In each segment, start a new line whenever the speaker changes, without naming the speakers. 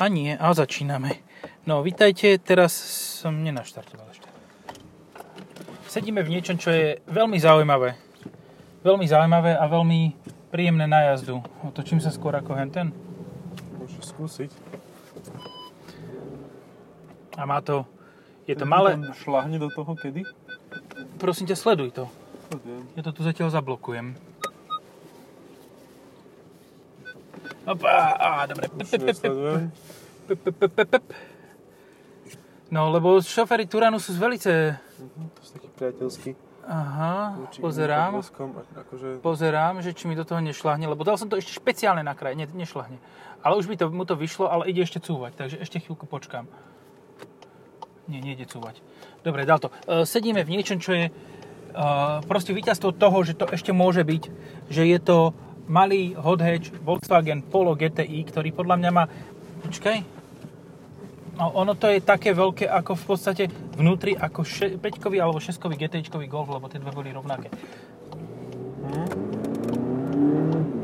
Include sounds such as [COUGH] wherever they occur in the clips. A nie, a začíname. No, vitajte, teraz som nenaštartoval ešte. Sedíme v niečom, čo je veľmi zaujímavé. Veľmi zaujímavé a veľmi príjemné na jazdu. Otočím sa skôr ako henten.
Môžeš skúsiť.
A má to... Je to malé...
Tam šlahne do toho kedy?
Prosím ťa, sleduj to.
To viem.
Ja to tu zatiaľ zablokujem. Opa, á, dobre.
Už nesledujem.
Pep, pep, pep, pep, pep. No, lebo šoféry Turanu sú z velice...
Mhm, to sú taký priateľský.
Aha,
voči iným
pozerám.
pobleskom, a- Akože,
Pozerám, že či mi do toho nešlahne, lebo dal som to ešte špeciálne na kraj, ne, nešlahne. Ale už by to, mu to vyšlo, ale ide ešte cúvať, takže ešte chvíľku počkám. Nie, nejde cúvať. Dobre, dal to. E, sedíme v niečom, čo je e, proste víťazstvo toho, že to ešte môže byť, že je to malý hot hatch Volkswagen Polo GTI, ktorý podľa mňa má... Počkaj, No, ono to je také veľké ako v podstate vnútri ako še- 5-kový alebo 6-kový gt Golf, lebo tie dve boli rovnaké. Hm.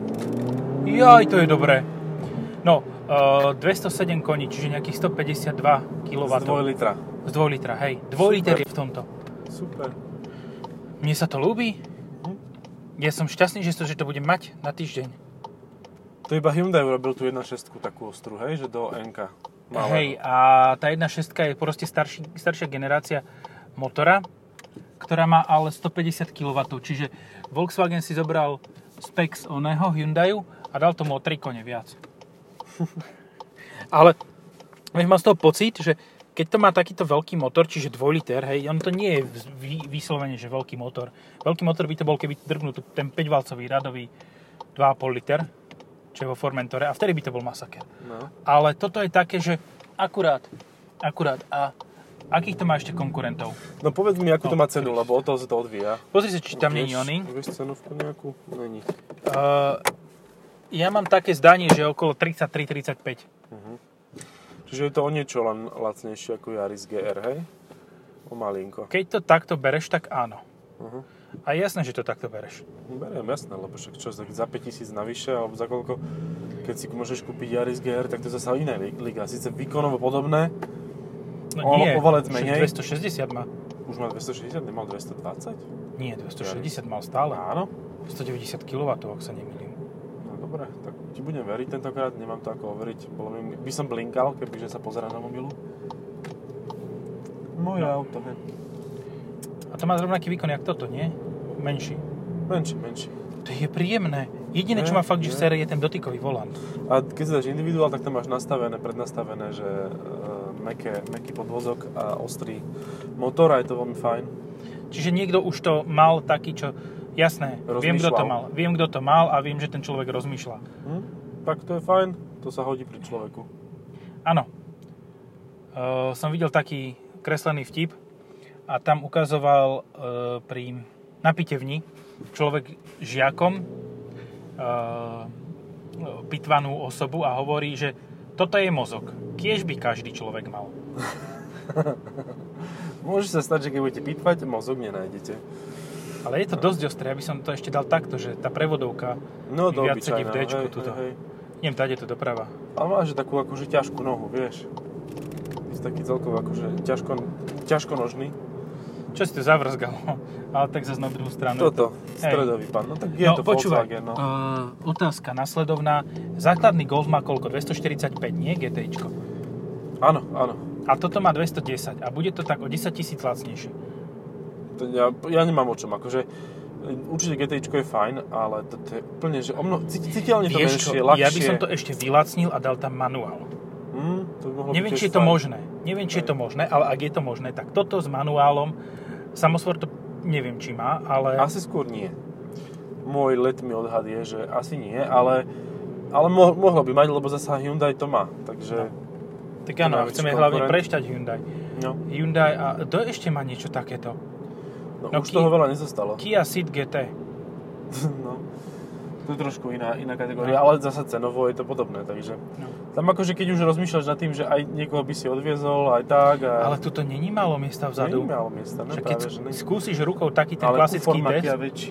Jaj, to je dobré. No, e, 207 koní, čiže nejakých 152 kW.
z 2 litra.
Z 2 litra, hej. 2 liter je v tomto.
Super.
Mne sa to ľúbi.
Mhm.
Ja som šťastný, že to, že to budem mať na týždeň.
To iba Hyundai urobil tú 1.6 takú ostru, hej, že do NK. Malého.
Hej, a tá 1.6 je proste starší, staršia generácia motora, ktorá má ale 150 kW, čiže Volkswagen si zobral spec z oného Hyundaiu a dal tomu o 3 kone viac. [LAUGHS] ale vieš, mám z toho pocit, že keď to má takýto veľký motor, čiže 2 liter, hej, on to nie je vz- vy- vyslovene, že veľký motor. Veľký motor by to bol, keby drgnul tu ten 5-valcový radový 2,5 liter, čo je vo Formentore, a vtedy by to bol masaker.
No.
Ale toto je také, že akurát, akurát. A akých to má ešte konkurentov?
no povedz mi, akú to
No,
má cenu, lebo o toho sa to odvíja.
Pozri sa, či tam není
Vieš-
oný.
Vieš cenovku nejakú? Není.
Uh, ja mám také zdanie, že okolo 33-35.
Čiže je to o niečo len lacnejšie ako Yaris GR, hej? O malinko.
Keď to takto bereš, tak áno.
Mhm.
A jasné, že to takto bereš.
Beriem, jasné, lebo však čo, tak za 5000 navyše, alebo za koľko, keď si môžeš kúpiť Yaris GR, tak to je zase iná li- liga. Síce výkonovo podobné,
No
O- o valec
však
menej.
260 má.
už má 260, nemal 220?
Nie, 260 mal stále.
Áno.
190 kW, ak sa nemýlim.
No dobre, tak ti budem veriť tentokrát, nemám to ako overiť. Bolo by, by som blinkal, kebyže sa pozerá na mobilu. Moje
No.
auto, hej.
A to má rovnaký výkon, jak toto, nie? Menší.
Menší, menší.
To je príjemné. Jediné,
Je,
čo má fakt, že
je.
sere, je ten dotykový volant.
A keď si dáš individuál, tak tam máš nastavené, prednastavené, že e, meké, meký podvozok a ostrý motor a je to veľmi fajn.
Čiže niekto už to mal taký, čo... Jasné, viem, kto to
Rozmýšľal.
mal. Viem, kto to mal a viem, že ten človek rozmýšľa.
Hm? Tak to je fajn, to sa hodí pri človeku.
Áno. E, som videl taký kreslený vtip a tam ukazoval e, pri napitevni človek žiakom e, pitvanú osobu a hovorí, že toto je mozog. Kiež by každý človek mal.
Môže sa stať, že keď budete pitvať, mozog nenájdete.
Ale je to dosť ostré, aby som to ešte dal takto, že tá prevodovka,
No to
Viac sedí
obyčajná,
v D-čku
hej,
tuto.
hej, hej.
idem tady to doprava.
Ale máš takú akože ťažkú nohu, vieš. Si taký celkovo akože ťažko, ťažko nožný.
Čo si to zavrzgalo? [LAUGHS] Ale tak zase na druhú stranu.
Toto,
Hej.
stredový pán. No tak je to Volkswagen, no.
Uh, otázka nasledovná. Základný Golf má koľko? 245, nie GTIčko.
Áno, áno.
A toto má 210 a bude to tak o 10 tisíc lacnejšie.
To ja, ja nemám o čom, akože e, určite GTIčko je fajn, ale to, to je úplne, že o mnoho, cít- cítelne to
Vieš
menšie,
čo,
ľahšie.
ja by som to ešte vylacnil a dal tam manuál.
Hm, to by mohlo byť
Neviem,
tiež
či je to
fajn.
možné. Neviem, či je to možné, ale ak je to možné, tak toto s manuálom, samosvor to neviem, či má, ale...
Asi skôr nie. Môj letný odhad je, že asi nie, ale, ale mo- mohlo by mať, lebo zasa Hyundai to má. Takže,
tak áno, a
Navíc
chceme hlavne
konkurent.
prešťať Hyundai.
no,
Hyundai a to ešte má niečo takéto.
no,
No,
už
Ki-
toho veľa nezostalo.
Kia Ceed GT.
[LAUGHS] No, to je trošku iná, iná kategória, ale zasa cenovo je to podobné, takže...
No.
Tam akože keď už rozmýšľaš nad tým, že aj niekoho by si odviezol, aj tak, a...
Ale tuto není málo miesta vzadu.
Nie je málo miesta, ne?
Že keď
No Práve, že ne.
skúsiš rukou taký ten
Ale
klasický
kufor Makia
test,
väčší.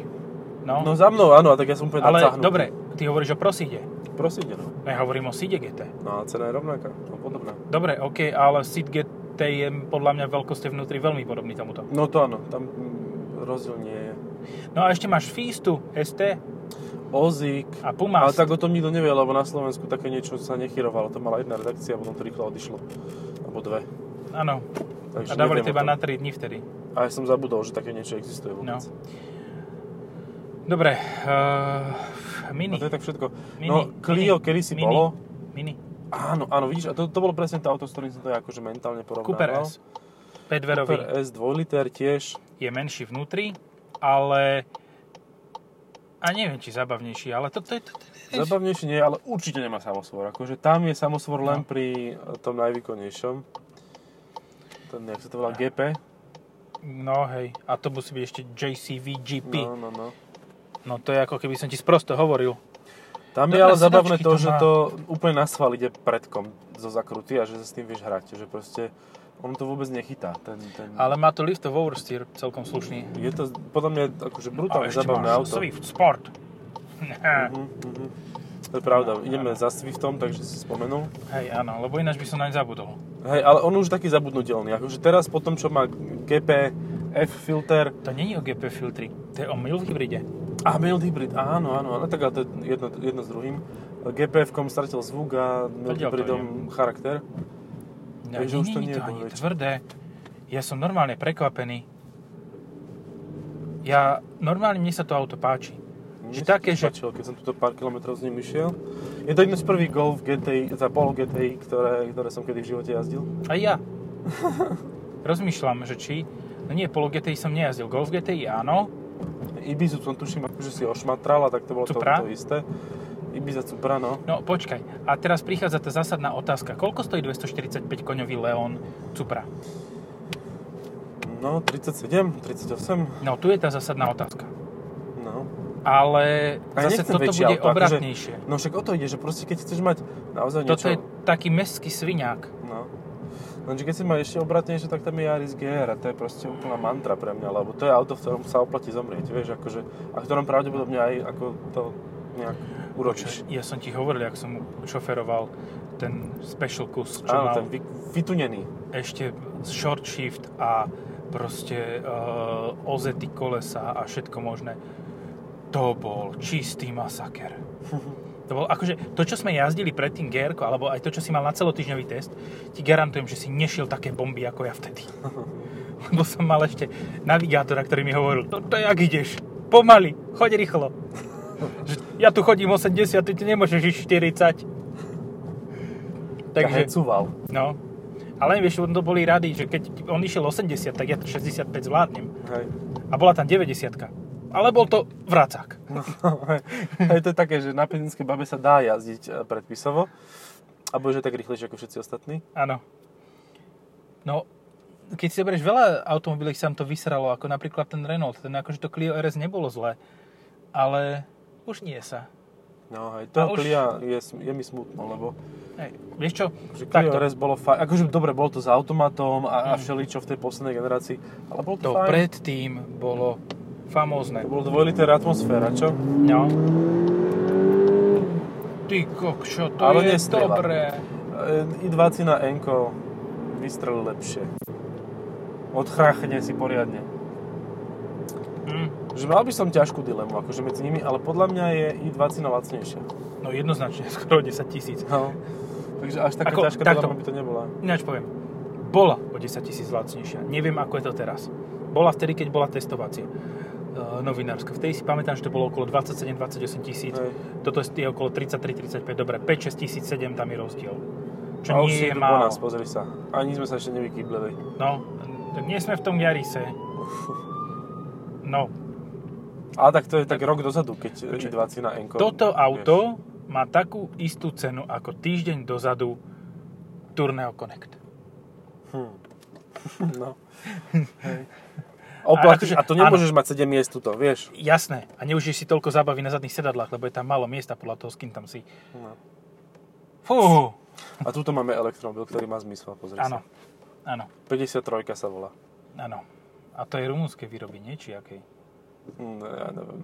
no,
No za mnou, áno, a tak ja som úplne
ale
nadsáhnutý.
dobre, Ty hovoríš o prosíde.
Prosíde, no.
Ja hovorím o Seed GT.
No a cena je rovnaká, no podobná.
Dobre, OK, ale Seed GT je podľa mňa veľkosti vnútri veľmi podobný tomuto.
No to áno, tam mm, rozdiel nie je.
No a ešte máš Fistu ST
Ozík.
a
Ale
Pumas.
tak o tom nikto nevie, lebo na Slovensku také niečo sa nechyrovalo. To mala jedna redakcia, potom to rýchlo odišlo. Alebo dve.
Áno, a
Takže
dávali
neviem o
teba
tom.
na 3 dní vtedy.
A ja som zabudol, že také niečo existuje
No.
vôbec.
Dobre, uh,
No
Mini.
to je tak všetko.
Mini,
No, Clio
mini,
kedysi
mini.
bolo.
Mini.
Áno, áno, vidíš, a to, to bolo presne to auto, s ktorým som to ja akože mentálne porovnával.
Cooper S.
Cooper
Pedverový
S 2 liter tiež.
je menší vnútri, ale... A neviem, či zabavnejší, ale to, to, je- to, to, je-
Zabavnejšie nie, ale určite nemá samosvor. Akože tam je samosvor len
No.
pri e, tom najvýkonnejšom. Ten, jak sa to volá, GP?
No hej, a to musí byť ešte JCV GP.
No, no, no.
No to je ako keby som ti sprosto hovoril.
Tam je
Dobré
ale zabavné
sedačky
to,
to
že
má.
to úplne na sval ide predkom zo zakruty a že sa s tým vieš hrať. Že proste on to vôbec nechytá. Ten, ten...
Ale má to lift of oversteer celkom slušný.
Je to podľa mňa akože brutálne
No, ešte
zabavné
máš
auto.
Swift Sport.
Mhm, mhm. To je
No,
pravda, ideme za Swiftom, takže si spomenul.
[LAUGHS] Hej, áno, lebo ináč by som naň zabudol.
Hej, ale on už taký zabudnutelný. Akože teraz po tom, čo má GP, F filter,
To není o GP filtri, to je o mil hybride.
a mild hybrid, áno, áno, áno, tak ale to je jedno, jedno s druhým. GPF-kom stratil zvuk a mild
Vedel to
hybridom charakter.
No,
Takže už to
není
nie je
to ani
dvojvečer.
tvrdé. Ja som normálne prekvapený. Ja, normálne mne sa to auto páči. Že
Mne
také,
sa to
že-
páčilo, keď som tuto pár kilometrov s ním išiel. Je to jedno z prvých Golf GTI, za Polo GTI, ktoré, ktoré som kedy v živote jazdil.
Aj
[LAUGHS]
ja. Rozmýšľam, že či... No nie, Polo GTI som nejazdil. Golf GTI áno,
Ibizu som tuším, akože si ošmatrala, tak to bolo to,
Cupra?
to isté. Ibiza Cupra, no.
No počkaj, a teraz prichádza tá zásadná otázka. Koľko stojí 245 koňový Leon Cupra?
No, 37, 38,
No tu je tá zásadná otázka.
no.
Ale
A ja
zase
nechcem
toto bude
väčšie auto, akože-
obratnejšie.
No však o to ide, že proste keď chceš mať naozaj
Toto je
niečo...
taký mestský sviňák.
No. Lenže keď si ma ešte obratnejšie, tak tam je Yaris GR a to je proste úplná mantra pre mňa, lebo to je auto, v ktorom sa oplatí zomrieť, vieš, akože, a v ktorom pravdepodobne aj ako to nejak uročíš.
Ja som ti hovoril, ak som šoferoval ten special kus, čo
Áno,
mal
ten vy, vytunený.
ešte short shift a proste uh, ozety kolesa a všetko možné. To bol čistý masaker. To bol akože, to čo sme jazdili predtým gr alebo aj to čo si mal na celotýždňový test, ti garantujem, že si nešiel také bomby ako ja vtedy. [LAUGHS] Lebo som mal ešte navigátora, ktorý mi hovoril, no to jak ideš, pomaly, choď rýchlo. Že ja tu chodím 80, ty tu nemôžeš ísť 40.
Takže... Hecuval.
No. Ale vieš, on to boli rady, že keď on išiel 80, tak ja to 65 zvládnem.
Hej.
A bola tam 90 Ale bol to vracák.
[LAUGHS] Hej, to je také, že na pezinskej babe sa dá jazdiť e, predpisovo. Alebo že tak rýchlejšie ako všetci ostatní.
Áno. No, keď si zoberieš veľa automobilov, sa im to vysralo, ako napríklad ten Renault. Ten akože to Clio RS nebolo zlé. Ale už nie sa.
No hej,
A
to
už-
Clia je, sm- je mi smutno, lebo
Hej, vieš čo?
že Clio
Takto.
RS bolo fajn. Akože dobre, bolo to s automatom a, a všeličo v tej poslednej generácii, ale bolo Mhm. to,
To
fajn.
predtým bolo famózne.
To bolo 2 liter atmosféra, čo?
No. Ty kokšo, to
Ale
je
nestrieľa.
dobré.
E, I20 na Enko vystrel lepšie. Odchráchne si poriadne.
Mm.
Že mal by som ťažkú dilemu akože medzi nimi, ale podľa mňa je i20 na lacnejšia.
No jednoznačne, [LAUGHS] skoro 10 tisíc.
No. Takže až taká
Ako,
ťažká
takto.
dilema by to nebola.
Ináč poviem, bola o 10 tisíc lacnejšia. Neviem, ako je to teraz. Bola vtedy, keď bola testovacia e, novinárska. Vtedy si pamätám, že to bolo okolo 27-28 tisíc.
Hej.
Toto je okolo 33-35. Dobre, 5-6 tisíc, 7 tam je rozdiel. Čo
A už
nie
si
je
tu po
málo.
nás, pozri sa. Ani sme sa ešte nevykýblili.
No, tak nie sme v tom Jarise. No,
Ale tak to je tak rok dozadu, keď
Počkaj.
i20 na Enko.
toto auto má takú istú cenu ako týždeň dozadu Tourneo Connect.
Vieš. No. Hej. Oplatíš,
akože-
a to nemôžeš mať 7 miest tuto, vieš.
Jasné, a neužiješ si toľko zábavy na zadných sedadlách, lebo je tam málo miesta podľa toho, s kým tam si.
No.
Fú,
A tuto máme elektromobil, ktorý má zmysel, pozri
áno,
sa.
áno,
53 sa volá.
áno. A to je rumúnskej výroby,
no,
nie? Či akej?
Hm, ja neviem.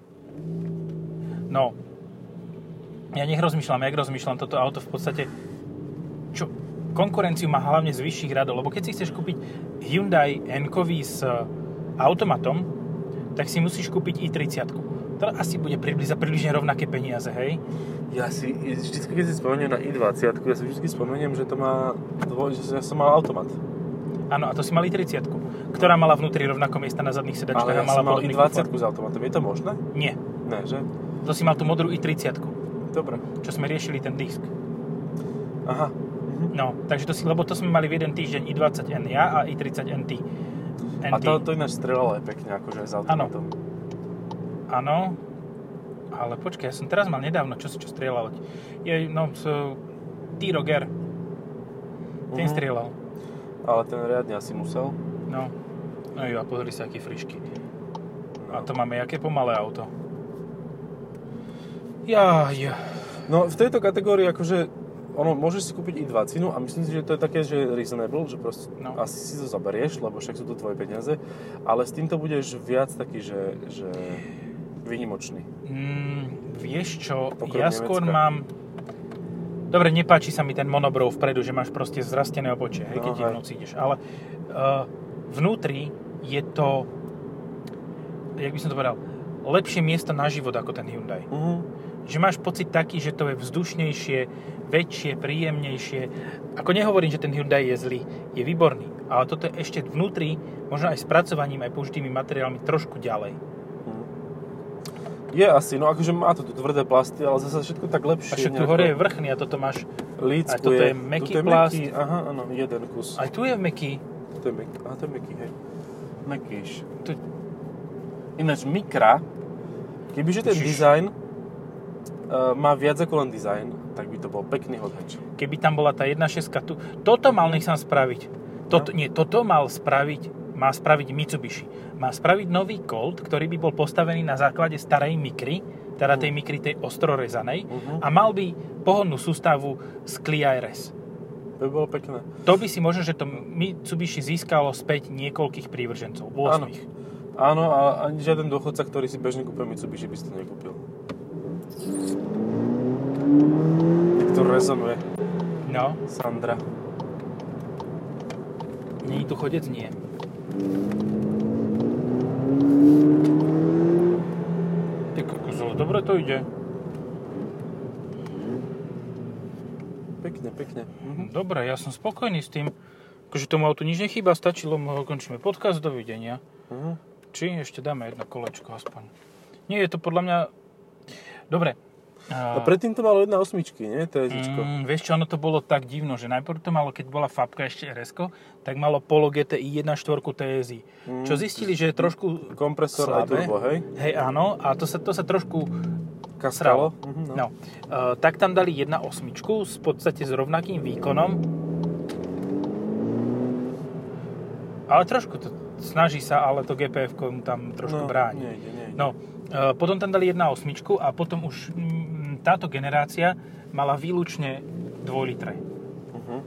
No, ja nech rozmýšľam, jak rozmýšľam, toto auto v podstate, čo konkurenciu má hlavne z vyšších radov, lebo keď si chceš kúpiť Hyundai n s e, automatom, tak si musíš kúpiť i30. To asi bude približ, za približne rovnaké peniaze, hej?
Ja si vždy, keď si spomeniem na i20, ja si vždy spomeniem, že to má dvoj, že som mal automat.
Áno, a to si mal i30, ktorá mala vnútri rovnako miesta na zadných sedačkách
Ale
a
ja
mala
som mal
podobný
i20
komfort.
s automatom. Je to možné?
Nie,
Ne, že?
to si mal tú modrú i30,
Dobre.
čo sme riešili ten disk.
Aha.
No, takže to si, lebo to sme mali v jeden týždeň i20N ja a i30NT.
A to, to ináč strelalo aj pekne, akože aj s automatom. Ano.
Áno, ale počkaj, ja som teraz mal nedávno, čo si čo strieľal. Je, no, s, T-Roc R. Ten
Mhm.
strieľal.
Ale ten riadne asi musel.
No. No jo, a pozri sa, aký frišky. A to máme jaké pomalé auto. Ja, ja.
No v tejto kategórii akože ono, môžeš si kúpiť i 20 a myslím si, že to je také, že reasonable, že proste
No.
no. asi si to zaberieš, lebo však sú to tvoje peniaze, ale s týmto budeš viac taký, že, že vynimočný.
Mm, vieš čo,
Okrem
ja skôr
Nemecka.
mám... Dobre, nepáči sa mi ten monobrov vpredu, že máš proste zrastené obočie, hej,
No,
keď ti v
hej.
noci ideš. Ale uh, vnútri je to, jak by som to povedal, lepšie miesto na život ako ten Hyundai.
Uh-huh.
Že máš pocit taký, že to je vzdušnejšie, väčšie, príjemnejšie. Ako nehovorím, že ten Hyundai je zlý, je výborný, ale toto je ešte vnútri, možno aj spracovaním, aj použitými materiálmi trošku ďalej.
Je asi, no akože má to tu tvrdé plasty, ale zase všetko tak
A
lepšie.
však tu
nejako
hore je vrchný a toto máš
lícku
a toto je meký
Tuto je
plast.
Meký, aha, áno, jeden kus.
Aj tu je meký.
To je meký, aha, to je meký, hej. Mekýš.
Tu-
Ináč Mikra, kebyže ten
Čiž-
dizajn uh, má viac ako len dizajn, tak by to bol pekný hodnoč.
Keby tam bola tá 1.6 tu. Toto mal nech sám spraviť. Toto, nie, toto mal spraviť, má spraviť Mitsubishi. Má spraviť nový Colt, ktorý by bol postavený na základe starej Mikry, teda tej Mikry tej ostrorezanej
Mhm.
a mal by pohonnú sústavu z Clio RS.
To by bolo pekné.
To by si možno, že to Mitsubishi získalo späť niekoľkých prívržencov, 8.
Áno. Áno, a ani žiaden dôchodca, ktorý si bežne kúpe Mitsubishi, by si to nekúpil. Tak to rezonuje,
No,
Sandra.
nie je tu chodec? Nie. Ty kokos, ale dobre to ide.
Pekne, pekne. Mhm.
Dobre, ja som spokojný s tým. Akože tomu autu nič nechýba, stačilo mu, končíme podcast, dovidenia.
Mhm.
Či ešte dáme jedno kolečko aspoň. Nie, je to podľa mňa... Dobre.
A predtým to malo 1.8, nie? To je zičko.
Mm, vieš čo, ono to bolo tak divno, že najprv to malo, keď bola Fabka ešte rs tak malo Polo GTI 1.4 TSI.
Mm.
Čo zistili, že je trošku...
Kompresor a
Slabé.
turbo, hej?
Hej, áno, a to sa, to sa trošku
Kaskalo.
sralo.
Mhm, no.
No. E, tak tam dali 1.8, s podstate s rovnakým výkonom. Ale trošku to snaží sa, ale to gpf mu tam trošku
no,
bráni.
Nejde, nejde.
No, e, potom tam dali 1.8 a potom už mm, táto generácia mala výlučne 2 litre.
Mhm.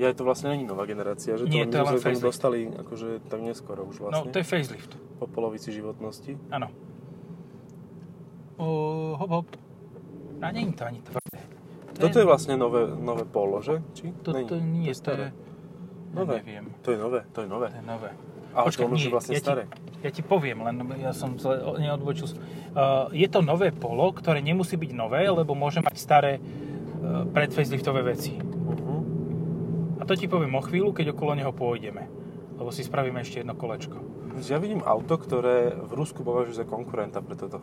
Ja, to vlastne není nová generácia, že?
Nie,
my
to je
sme
len
sa k tomu
facelift.
dostali akože tak neskoro už vlastne.
No, to je facelift.
Po polovici životnosti.
Áno. O, hop, hop. A nie je to ani tvrdé.
Toto je vlastne nové, nové polo, že? Či? Není.
Toto nie, to
staré. No
je... Ja
Nové.
neviem.
To je nové, to je nové.
To je nové.
Ale to ono už je vlastne
ja
staré.
Ti, ja ti poviem, len ja som zle o- neodbočil. som. Uh, je to nové polo, ktoré nemusí byť nové, lebo môže mať staré uh, predfaceliftové veci.
Mhm.
A to ti poviem o chvíľu, keď okolo neho pôjdeme. Lebo si spravíme ešte jedno kolečko.
Ja vidím auto, ktoré v Rusku považujú za konkurenta pre toto.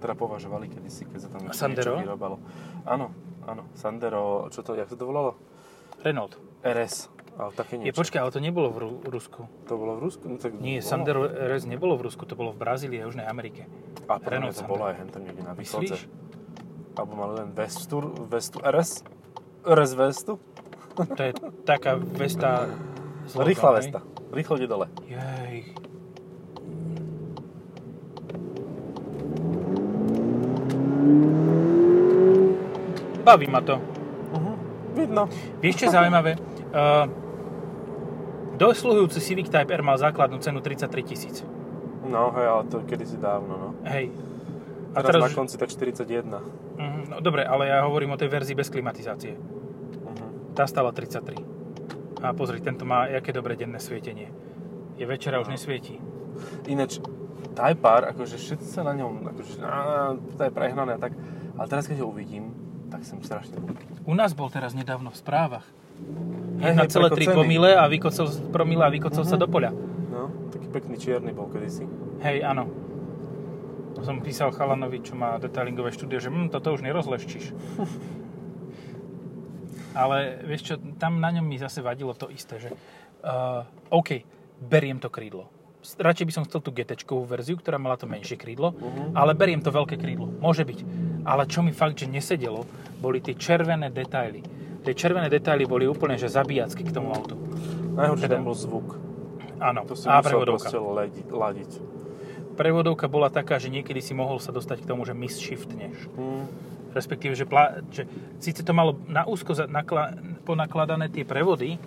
Teda považovali kedysi, keď sa tam ešte
Sandero?
niečo vyrobalo. Áno, áno. Sandero, čo to, jak to to volalo?
Renault.
RS. Ale také
Je,
niečo.
počkaj, ale to nebolo v Ru- Rusku.
To bolo v Rusku? No, tak
Nie,
bolo.
Sandero RS nebolo v Rusku, to bolo v Brazílii a Južnej Amerike.
A podľa mňa
Renault
to
Sandero.
bolo aj hentam niekde na východze.
Myslíš?
Alebo mal len Vestur, Vestu RS? RS Vestu?
To je taká vesta... s logom,
No, Rýchla
hej?
Vesta. Rýchlo ide dole.
Jej. Baví ma to.
Uh-huh. Vidno.
Vieš čo je zaujímavé? Uh, dosluhujúci Civic Type R mal základnú cenu 33 tisíc.
No hej, ale to je kedysi dávno, no.
Hej. A
Teraz,
teraz
na
už-
konci tak 41.
Mhm, no dobre, ale ja hovorím o tej verzii bez klimatizácie.
Mhm.
Tá stála 33. A pozri, tento má aké dobré denné svietenie. Je večera, už
No.
nesvietí.
Ináč, Tajpar, akože všetci sa na ňom, akože, á, to je prehnané a tak, ale teraz keď ho uvidím, tak som strašne...
U nás bol teraz nedávno v správach.
Hej, hej,
1,3
prekocený.
promile a vykocel, promile a vykocel sa
Mhm.
do poľa.
No, taký pekný čierny bol kedysi.
Hej, áno. Som písal chalanovi, čo má detailingové štúdio, že hm, toto už
[LAUGHS]
nerozleštíš. Ale vieš čo, tam na ňom mi zase vadilo to isté, že uh, OK, beriem to krídlo. S- Radšej by som chcel tú gt verziu, ktorá mala to menšie krídlo,
Mhm.
ale beriem to veľké krídlo. Môže byť. Ale čo mi fakt, že nesedelo, boli tie červené detaily. Tie červené detaily boli úplne, že zabíjacky k tomu autu.
Najhoršie
Teda-
tam bol zvuk.
Áno,
To si
a
musel
prevodovka.
proste ledi- ladiť.
Prevodovka bola taká, že niekedy si mohol sa dostať k tomu, že misshiftneš.
Mm.
Respektíve, že, plá, že síce to malo na úzko za- nakla, ponakladané tie prevody,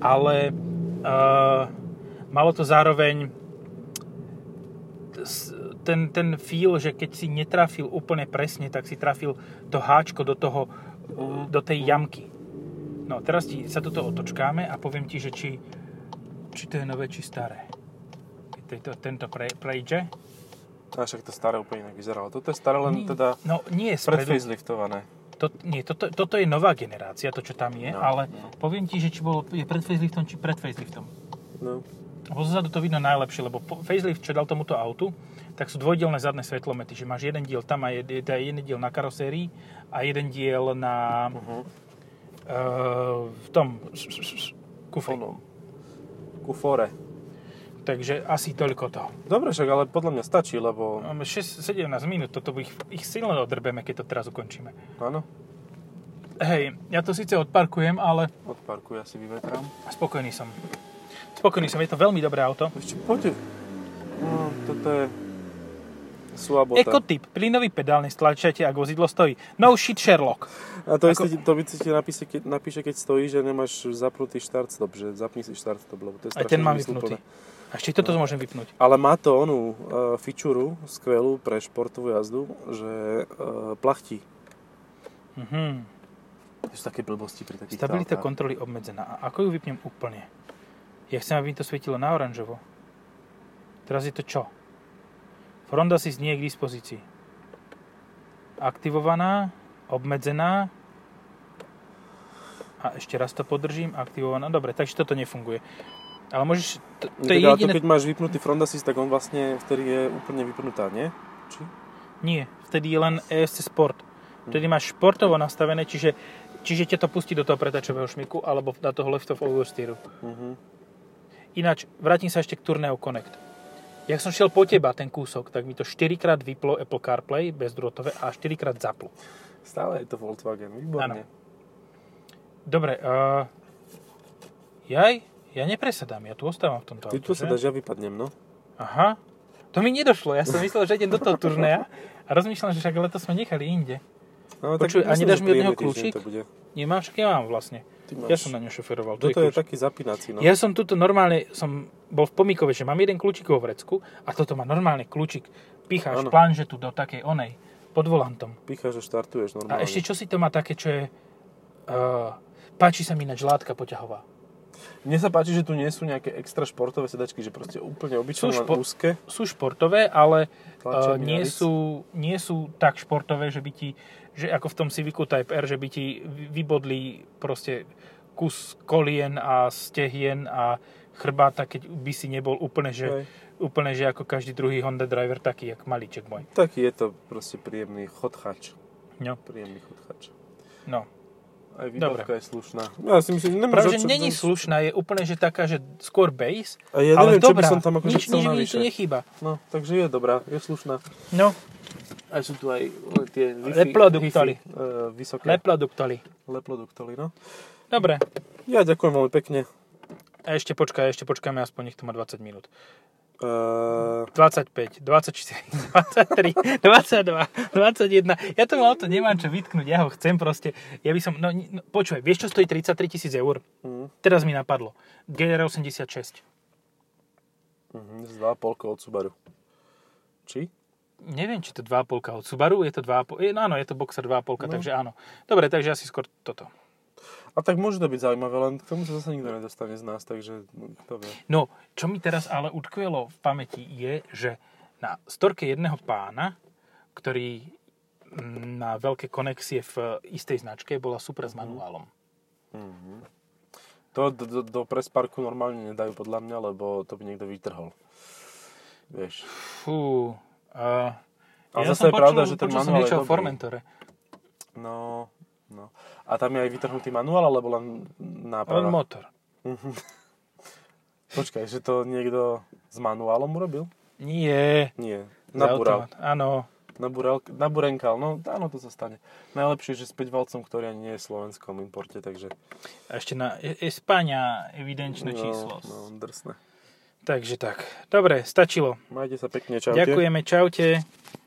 ale uh, malo to zároveň s- ten, ten feel, že keď si netrafil úplne presne, tak si trafil to háčko do toho,
Mhm.
do tej jamky. No, teraz ti sa toto otočkáme a poviem ti, že či, či to je nové, či staré. Keď tejto, tento pre, prejde.
A však to staré úplne inak vyzeralo. Toto je staré len teda
No, nie je spredu.
predface liftované.
To, nie, toto, toto je nová generácia, to čo tam je,
No,
no, ale
no.
no. poviem ti, že či bolo, je pred faceliftom, či pred faceliftom.
No.
Lebo zozadu to vidno najlepšie, lebo po- facelift, čo dal tomuto autu, tak sú dvojdielne zadné svetlomety, že máš jeden diel tam a jed, teda jeden diel na karosérii a jeden diel na
Uh-huh.
uh, v tom kufri.
Onom. Kufore.
Takže asi toľko toho.
Dobre však, ale podľa mňa stačí, lebo...
Máme 6, 17 minút, toto ich, ich silno odrbeme, keď to teraz ukončíme.
Áno,
Hej, ja to síce odparkujem, ale
od parku ja si vyvetrám.
spokojný som. Spokojný som, je to veľmi dobré auto.
Ešte poď. No, toto je... Suabota.
Ekotip, plynový pedál nestlačajte, ak vozidlo stojí. No shit Sherlock.
A to, isté, ti- to by si ti napíše, keď, napíše, keď stojí, že nemáš zapnutý štart stop, že zapni si štart stop, lebo to je
Aj
strašne
ten mám
zmysluplné.
vypnutý. A ešte toto môžem vypnúť.
Ale má to onú e, fičuru skvelú pre športovú jazdu, že e, plachtí.
Mhm.
To sú také blbosti pri takých
Stabilita
autách.
kontroly obmedzená. A ako ju vypnem úplne? Ja chcem, aby mi to svietilo na oranžovo. Teraz je to čo? Fronda si nie je k dispozícii. Aktivovaná, obmedzená. A ešte raz to podržím, aktivovaná. Dobre, takže toto nefunguje. Ale môžeš... To, to je
Niekedy, ale
jediné...
to, keď máš vypnutý front assist, tak on vlastne vtedy je úplne vypnutá, nie? Či?
Nie, vtedy je len ESC Sport. Vtedy máš športovo nastavené, čiže, čiže ťa to pustí do toho pretačového šmiku alebo na toho left of oversteeru.
Mhm.
Ináč, vrátim sa ešte k Tourneo Connect. Jak som šiel po teba ten kúsok, tak mi to 4 krát vyplo Apple CarPlay bezdrôtové a 4 krát zaplo.
Stále je to Volkswagen, výborne.
Dobre, uh, jaj, ja nepresedám, ja tu ostávam v tomto
Ty tu
aute,
sa
že?
dáš, ja vypadnem, no.
Aha, to mi nedošlo, ja som myslel, že idem do toho turnaja a rozmýšľam, že však ale to sme nechali inde.
no
Počuj, a
myslím,
nedáš
že
mi od neho
príjemný týždeň
kľúčik?
To bude.
Nemám, však ja mám vlastne.
Ty máš.
Ja som na ňu šoferoval.
Toto je
kľúč.
taký zapínací, no.
Ja som tuto normálne, som bol v pomíkove, že mám jeden kľúčik vo vrecku a toto má normálne kľúčik. Picháš
Áno.
planže tu do takej onej, pod volantom.
Picháš a štartuješ normálne.
A ešte čo si to má také, čo je... Uh, páči sa mi ináč látka poťahová.
Mne sa páči, že tu nie sú nejaké extra športové sedačky, že proste úplne
Sú
obyčajné, len
špo-
úzke.
Sú športové, ale uh,
Tlačený na
nie,
vic.
sú, nie sú tak športové, že by ti, že ako v tom Civicu Type R, že by ti vy- vybodli proste kus kolien a stehien a chrbáta, keď by si nebol úplne, že...
Hej.
úplne, že ako každý druhý Honda driver, taký, jak maliček môj.
Taký je to proste príjemný chodchač.
No,
Príjemný chodchač.
no.
Aj výbavka
Dobre.
je slušná. Ja si myslím, nemáš
Práve, že není slušná, je úplne, že taká, že skôr base,
A ja
ale
neviem, čo by
dobrá.
som tam akože
nič,
chcel
nič, nič
navyše.
nechýba.
No, takže je dobrá, je slušná.
No,
A sú tu aj e, tie Wi-Fi,
Reproduktory.
Wi-Fi, e, vysoké Lep.
lepladuktoly.
leproduktory, no.
Dobre.
Ja ďakujem veľmi pekne.
A ešte počkaj, ešte počkáme, aspoň nech to má 20 minút.
E,
25, 24, 23, 22, 21. Ja tomu auto nemám čo vytknúť, ja ho chcem proste. Ja by som, no, ni- no počúvaj, vieš čo stojí 33 tisíc eur?
mm,
Teraz mi napadlo. GR86.
Mhm, mm, z 2,5 od Subaru. Či?
neviem, či to 2,5 od Subaru, je to 2,5, je- no áno, je to Boxer 2,5, no. takže áno. Dobre, takže asi skôr toto.
A tak môže to byť zaujímavé, len k tomu sa zase nikto nedostane z nás, takže no, kto vie.
No, čo mi teraz ale utkvelo v pamäti je, že na storke jedného pána, ktorý mm, na veľké konexie v e, istej značke bola super s manuálom.
Mhm. To do, do, do presparku normálne nedajú podľa mňa, lebo to by niekto vytrhol. Vieš.
Fú. Uh,
Ale zase je pravda, že ten
počul som
manuál je
niečo o
dobrý.
Formentore.
No, no. A tam je aj vytrhnutý manuál, alebo len
Len
náprava?
motor.
Počkaj, že to niekto s manuálom urobil?
Nie.
Nie. Nabúral.
Za automat. Áno.
Nabúral, naburenkal. No áno, to sa stane. Najlepšie, že späť valcom, ktorý ani nie je v slovenskom importe, takže...
A ešte na E- Espania evidenčné
no,
číslo.
No, drsné.
Takže tak. Dobre, stačilo.
Majte sa pekne, čaute.
Ďakujeme, čaute.